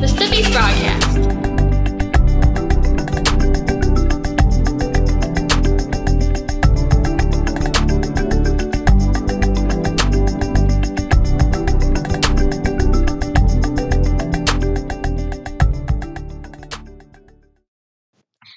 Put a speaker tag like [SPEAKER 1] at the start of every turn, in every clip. [SPEAKER 1] Peace Podcast.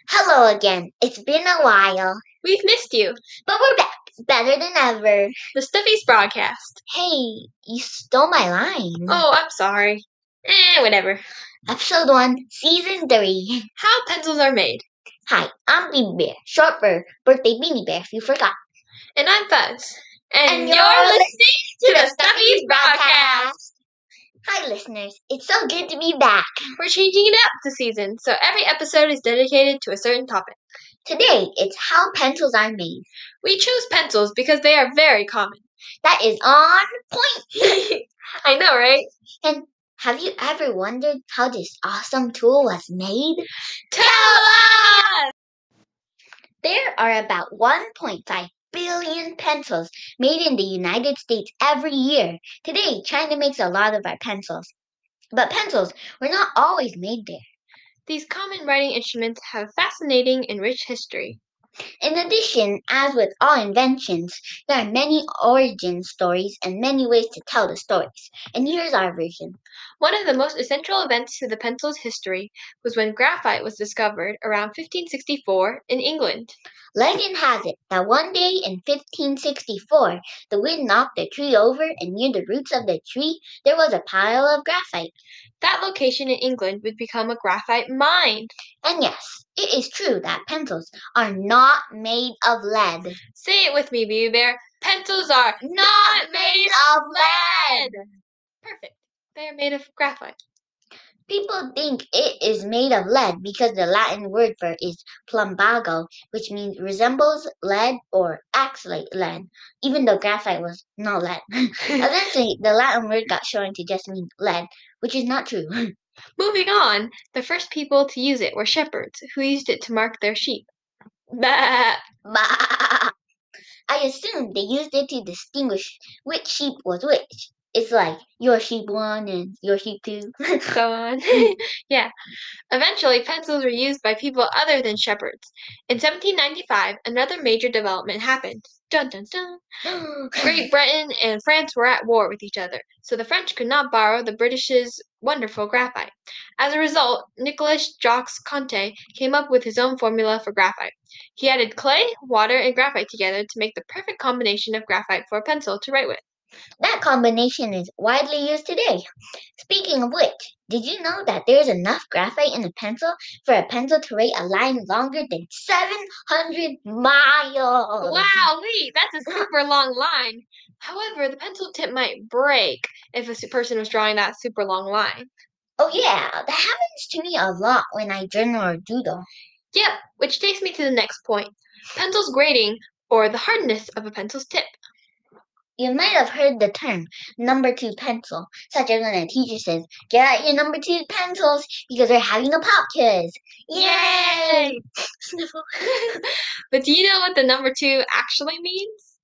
[SPEAKER 2] Hello again. It's been a while,
[SPEAKER 1] We've missed you, but we're back.
[SPEAKER 2] better than ever.
[SPEAKER 1] The Stuffies Broadcast.
[SPEAKER 2] Hey, you stole my line.
[SPEAKER 1] Oh, I'm sorry. Eh, whatever.
[SPEAKER 2] Episode 1, Season 3.
[SPEAKER 1] How pencils are made.
[SPEAKER 2] Hi, I'm Beanie Bear, short for Birthday Beanie Bear if you forgot.
[SPEAKER 1] And I'm Fuzz. And,
[SPEAKER 2] And
[SPEAKER 1] you're,
[SPEAKER 2] you're
[SPEAKER 1] listening to the Stuffies Broadcast.
[SPEAKER 2] Hi, listeners. It's so good to be back.
[SPEAKER 1] We're changing it up this season, so every episode is dedicated to a certain topic.
[SPEAKER 2] Today, it's how pencils are made.
[SPEAKER 1] We chose pencils because they are very common.
[SPEAKER 2] That is on point.
[SPEAKER 1] I know, right?
[SPEAKER 2] And have you ever wondered how this awesome tool was made?
[SPEAKER 1] Tell us!
[SPEAKER 2] There are about 1.5 billion pencils made in the United States every year. Today, China makes a lot of our pencils. But pencils were not always made there.
[SPEAKER 1] These common writing instruments have a fascinating and rich history.
[SPEAKER 2] In addition, as with all inventions, there are many origin stories and many ways to tell the stories. And here's our version.
[SPEAKER 1] One of the most essential events to the pencil's history was when graphite was discovered around 1564 in England.
[SPEAKER 2] Legend has it that one day in 1564, the wind knocked the tree over, and near the roots of the tree, there was a pile of graphite.
[SPEAKER 1] That location in England would become a graphite mine.
[SPEAKER 2] And yes, it is true that pencils are not made of lead.
[SPEAKER 1] Say it with me, Baby Bear. Pencils are not made
[SPEAKER 2] of
[SPEAKER 1] of lead. Perfect. They are made of graphite.
[SPEAKER 2] People think it is made of lead because the Latin word for it is plumbago, which means resembles lead or acts like lead, even though graphite was not lead. Eventually, the Latin word got shortened to just mean lead, which is not true.
[SPEAKER 1] Moving on, the first people to use it were shepherds, who used it to mark their sheep. Bah!
[SPEAKER 2] Bah! I assume they used it to distinguish which sheep was which. It's like your sheep one and your sheep two.
[SPEAKER 1] so on. yeah. Eventually, pencils were used by people other than shepherds. In 1795, another major development happened. Dun dun dun. Great Britain and France were at war with each other, so the French could not borrow the British's wonderful graphite. As a result, Nicolas Jacques Conte came up with his own formula for graphite. He added clay, water, and graphite together to make the perfect combination of graphite for a pencil to write with.
[SPEAKER 2] That combination is widely used today. Speaking of which, did you know that there is enough graphite in a pencil for a pencil to write a line longer than 700 miles?
[SPEAKER 1] Wow, wait, that's a super long line. However, the pencil tip might break if a s- person was drawing that super long line.
[SPEAKER 2] Oh, yeah, that happens to me a lot when I journal or doodle.
[SPEAKER 1] Yep, which takes me to the next point pencil's grading or the hardness of a pencil's tip.
[SPEAKER 2] You might have heard the term number two pencil, such as when a teacher says, Get out your number two pencils because we're having a pop quiz. Sniffle.
[SPEAKER 1] but do you know what the number two actually means?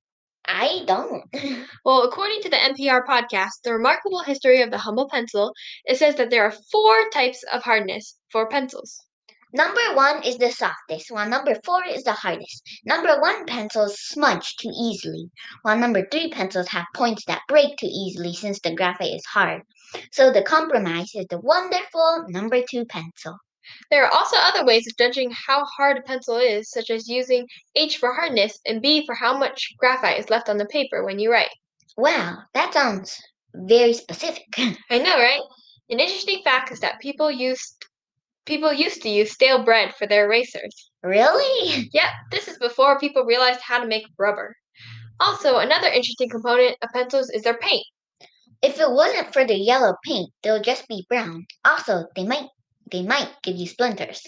[SPEAKER 2] I don't.
[SPEAKER 1] Well, according to the NPR podcast, The Remarkable History of the Humble Pencil, it says that there are four types of hardness for pencils.
[SPEAKER 2] Number one is the softest, while number four is the hardest. Number one pencils smudge too easily, while number three pencils have points that break too easily since the graphite is hard. So the compromise is the wonderful number two pencil.
[SPEAKER 1] There are also other ways of judging how hard a pencil is, such as using H for hardness and B for how much graphite is left on the paper when you write.
[SPEAKER 2] Wow, that sounds very specific.
[SPEAKER 1] I know, right? An interesting fact is that people used people used to use stale bread for their erasers.
[SPEAKER 2] really?
[SPEAKER 1] Yep, this is before people realized how to make rubber. Also, another interesting component of pencils is their paint.
[SPEAKER 2] If it wasn't for the yellow paint, they'll just be brown. Also, they might they might give you splinters.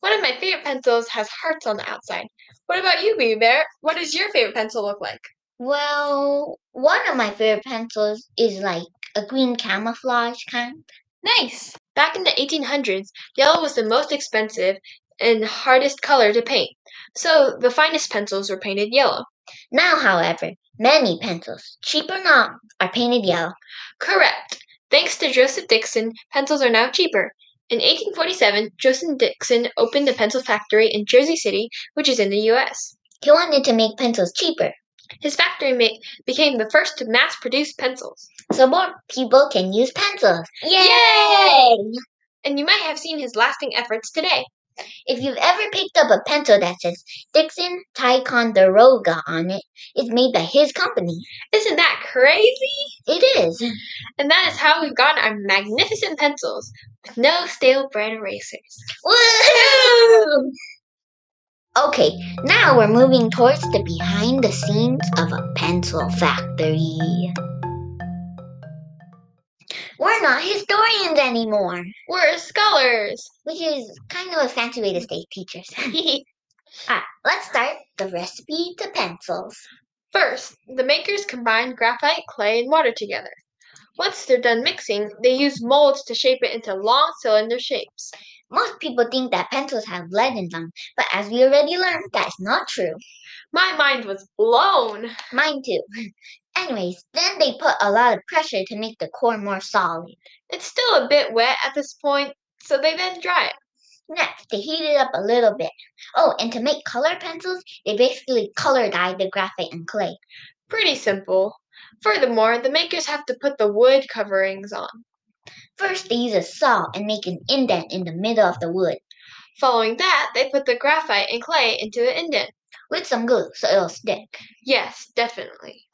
[SPEAKER 1] One of my favorite pencils has hearts on the outside. What about you, Baby Bear? What does your favorite pencil look like?
[SPEAKER 2] Well, one of my favorite pencils is like a green camouflage kind.
[SPEAKER 1] Nice! Back in the 1800s, yellow was the most expensive and hardest color to paint, so the finest pencils were painted yellow.
[SPEAKER 2] Now, however, many pencils, cheap or not, are painted yellow.
[SPEAKER 1] Correct! Thanks to Joseph Dixon, pencils are now cheaper. In 1847, Joseph Dixon opened a pencil factory in Jersey City, which is in the U.S.
[SPEAKER 2] He wanted to make pencils cheaper
[SPEAKER 1] His factory ma- became the first to mass produce pencils.
[SPEAKER 2] so more people can use pencils.
[SPEAKER 1] Yay! And you might have seen his lasting efforts today.
[SPEAKER 2] If you've ever picked up a pencil that says Dixon Ticonderoga on it, it's made by his company.
[SPEAKER 1] Isn't that crazy?
[SPEAKER 2] It is.
[SPEAKER 1] And that is how we've gotten our magnificent pencils with no stale bread erasers.
[SPEAKER 2] Woohoo! Okay, now we're moving towards the behind the scenes of a pencil factory. We're not historians anymore,
[SPEAKER 1] We're scholars.
[SPEAKER 2] which is kind of a fancy way to say teachers. Alright, let's start the recipe to pencils.
[SPEAKER 1] First, the makers combine graphite, clay, and water together. Once they're done mixing, they use molds to shape it into long cylinder shapes.
[SPEAKER 2] Most people think that pencils have lead in them, but as we already learned, that's not true.
[SPEAKER 1] My mind was blown.
[SPEAKER 2] Mine too. Anyways, then they put a lot of pressure to make the core more solid.
[SPEAKER 1] It's still a bit wet at this point, so they then dry it.
[SPEAKER 2] Next, they heat it up a little bit. Oh, and to make color pencils, they basically color dye the graphite and clay.
[SPEAKER 1] Pretty simple. Furthermore, the makers have to put the wood coverings on.
[SPEAKER 2] First, they use a saw and make an indent in the middle of the wood
[SPEAKER 1] Following that, they put the graphite and clay into the indent.
[SPEAKER 2] with some glue so it'll stick.
[SPEAKER 1] Yes, definitely.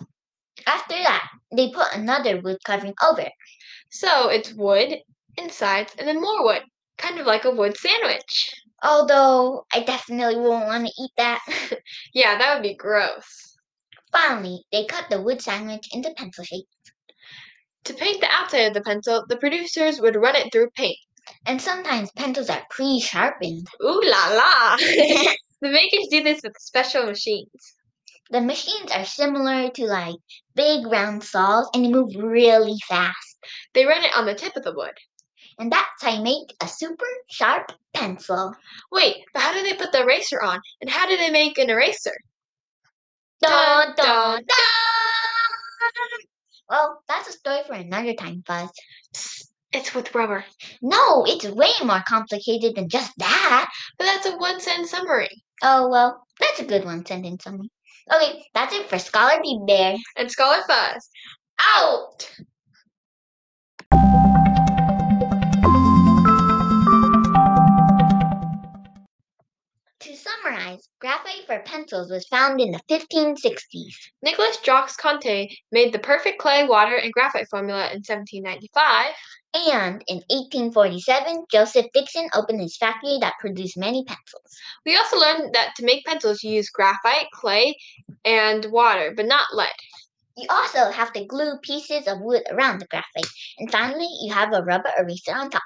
[SPEAKER 2] After that, they put another wood covering over it.
[SPEAKER 1] So it's wood, insides, and then more wood. Kind of like a wood sandwich.
[SPEAKER 2] Although, I definitely won't want to eat that.
[SPEAKER 1] Yeah, that would be gross.
[SPEAKER 2] Finally, they cut the wood sandwich into pencil shape,
[SPEAKER 1] To paint the outside of the pencil, the producers would run it through paint.
[SPEAKER 2] and sometimes pencils are pre sharpened.
[SPEAKER 1] Ooh la la! the makers do this with special machines.
[SPEAKER 2] The machines are similar to like big round saws and they move really fast.
[SPEAKER 1] They run it on the tip of the wood.
[SPEAKER 2] And that's how you make a super sharp pencil.
[SPEAKER 1] Wait, but how do they put the eraser on? And how do they make an eraser? Dun,
[SPEAKER 2] Dun, dun,
[SPEAKER 1] dun,
[SPEAKER 2] dun. Well, that's a story for another time, Fuzz.
[SPEAKER 1] Psst, It's with rubber.
[SPEAKER 2] No, it's way more complicated than just that.
[SPEAKER 1] But that's a one sentence summary.
[SPEAKER 2] Oh, well, that's a good one sentence summary. Okay, that's it for Scholar Bee Bear.
[SPEAKER 1] And Scholar Fuzz. Out!
[SPEAKER 2] To summarize, graphite for pencils was found in the 1560s.
[SPEAKER 1] Nicholas Jacques Conte made the perfect clay, water, and graphite formula in 1795.
[SPEAKER 2] And in 1847, Joseph Dixon opened his factory that produced many pencils.
[SPEAKER 1] We also learned that to make pencils, you use graphite, clay, and water, but not lead.
[SPEAKER 2] You also have to glue pieces of wood around the graphite. And finally, you have a rubber eraser on top.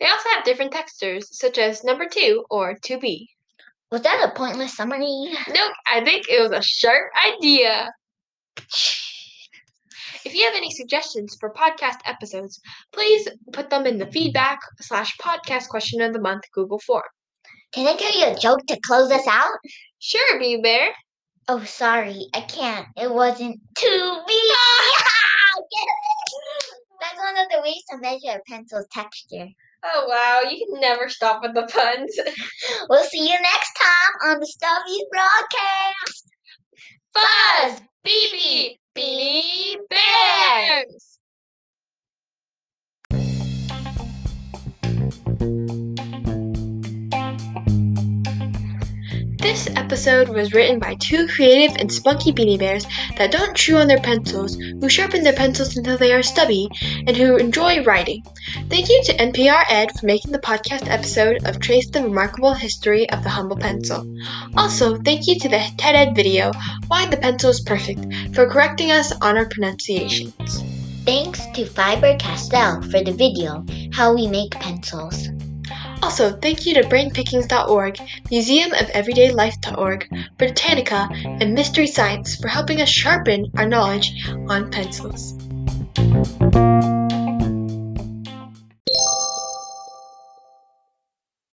[SPEAKER 1] They also have different textures, such as number two or 2B.
[SPEAKER 2] Was that a pointless summary?
[SPEAKER 1] Nope, I think it was a sharp idea. If you have any suggestions for podcast episodes, please put them in the feedback slash podcast question of the month Google form.
[SPEAKER 2] Can I tell you a joke to close us out?
[SPEAKER 1] Sure, Bee Bear.
[SPEAKER 2] Oh, sorry, I can't. It wasn't to be. That's one of the ways to measure a pencil's texture.
[SPEAKER 1] Oh wow, you can never stop with the puns.
[SPEAKER 2] We'll see you next time on the Stuffy Broadcast.
[SPEAKER 1] Fuzz, BB, Beanie Bears. This episode was written by two creative and spunky beanie bears that don't chew on their pencils, who sharpen their pencils until they are stubby, and who enjoy writing. Thank you to NPR Ed for making the podcast episode of Trace the Remarkable History of the Humble Pencil. Also, thank you to the TED Ed video, Why the Pencil is Perfect, for correcting us on our pronunciations.
[SPEAKER 2] Thanks to Fiber Castell for the video, How We Make Pencils.
[SPEAKER 1] Also, thank you to BrainPickings.org, Museum of Everyday Life.org, Britannica, and Mystery Science for helping us sharpen our knowledge on pencils.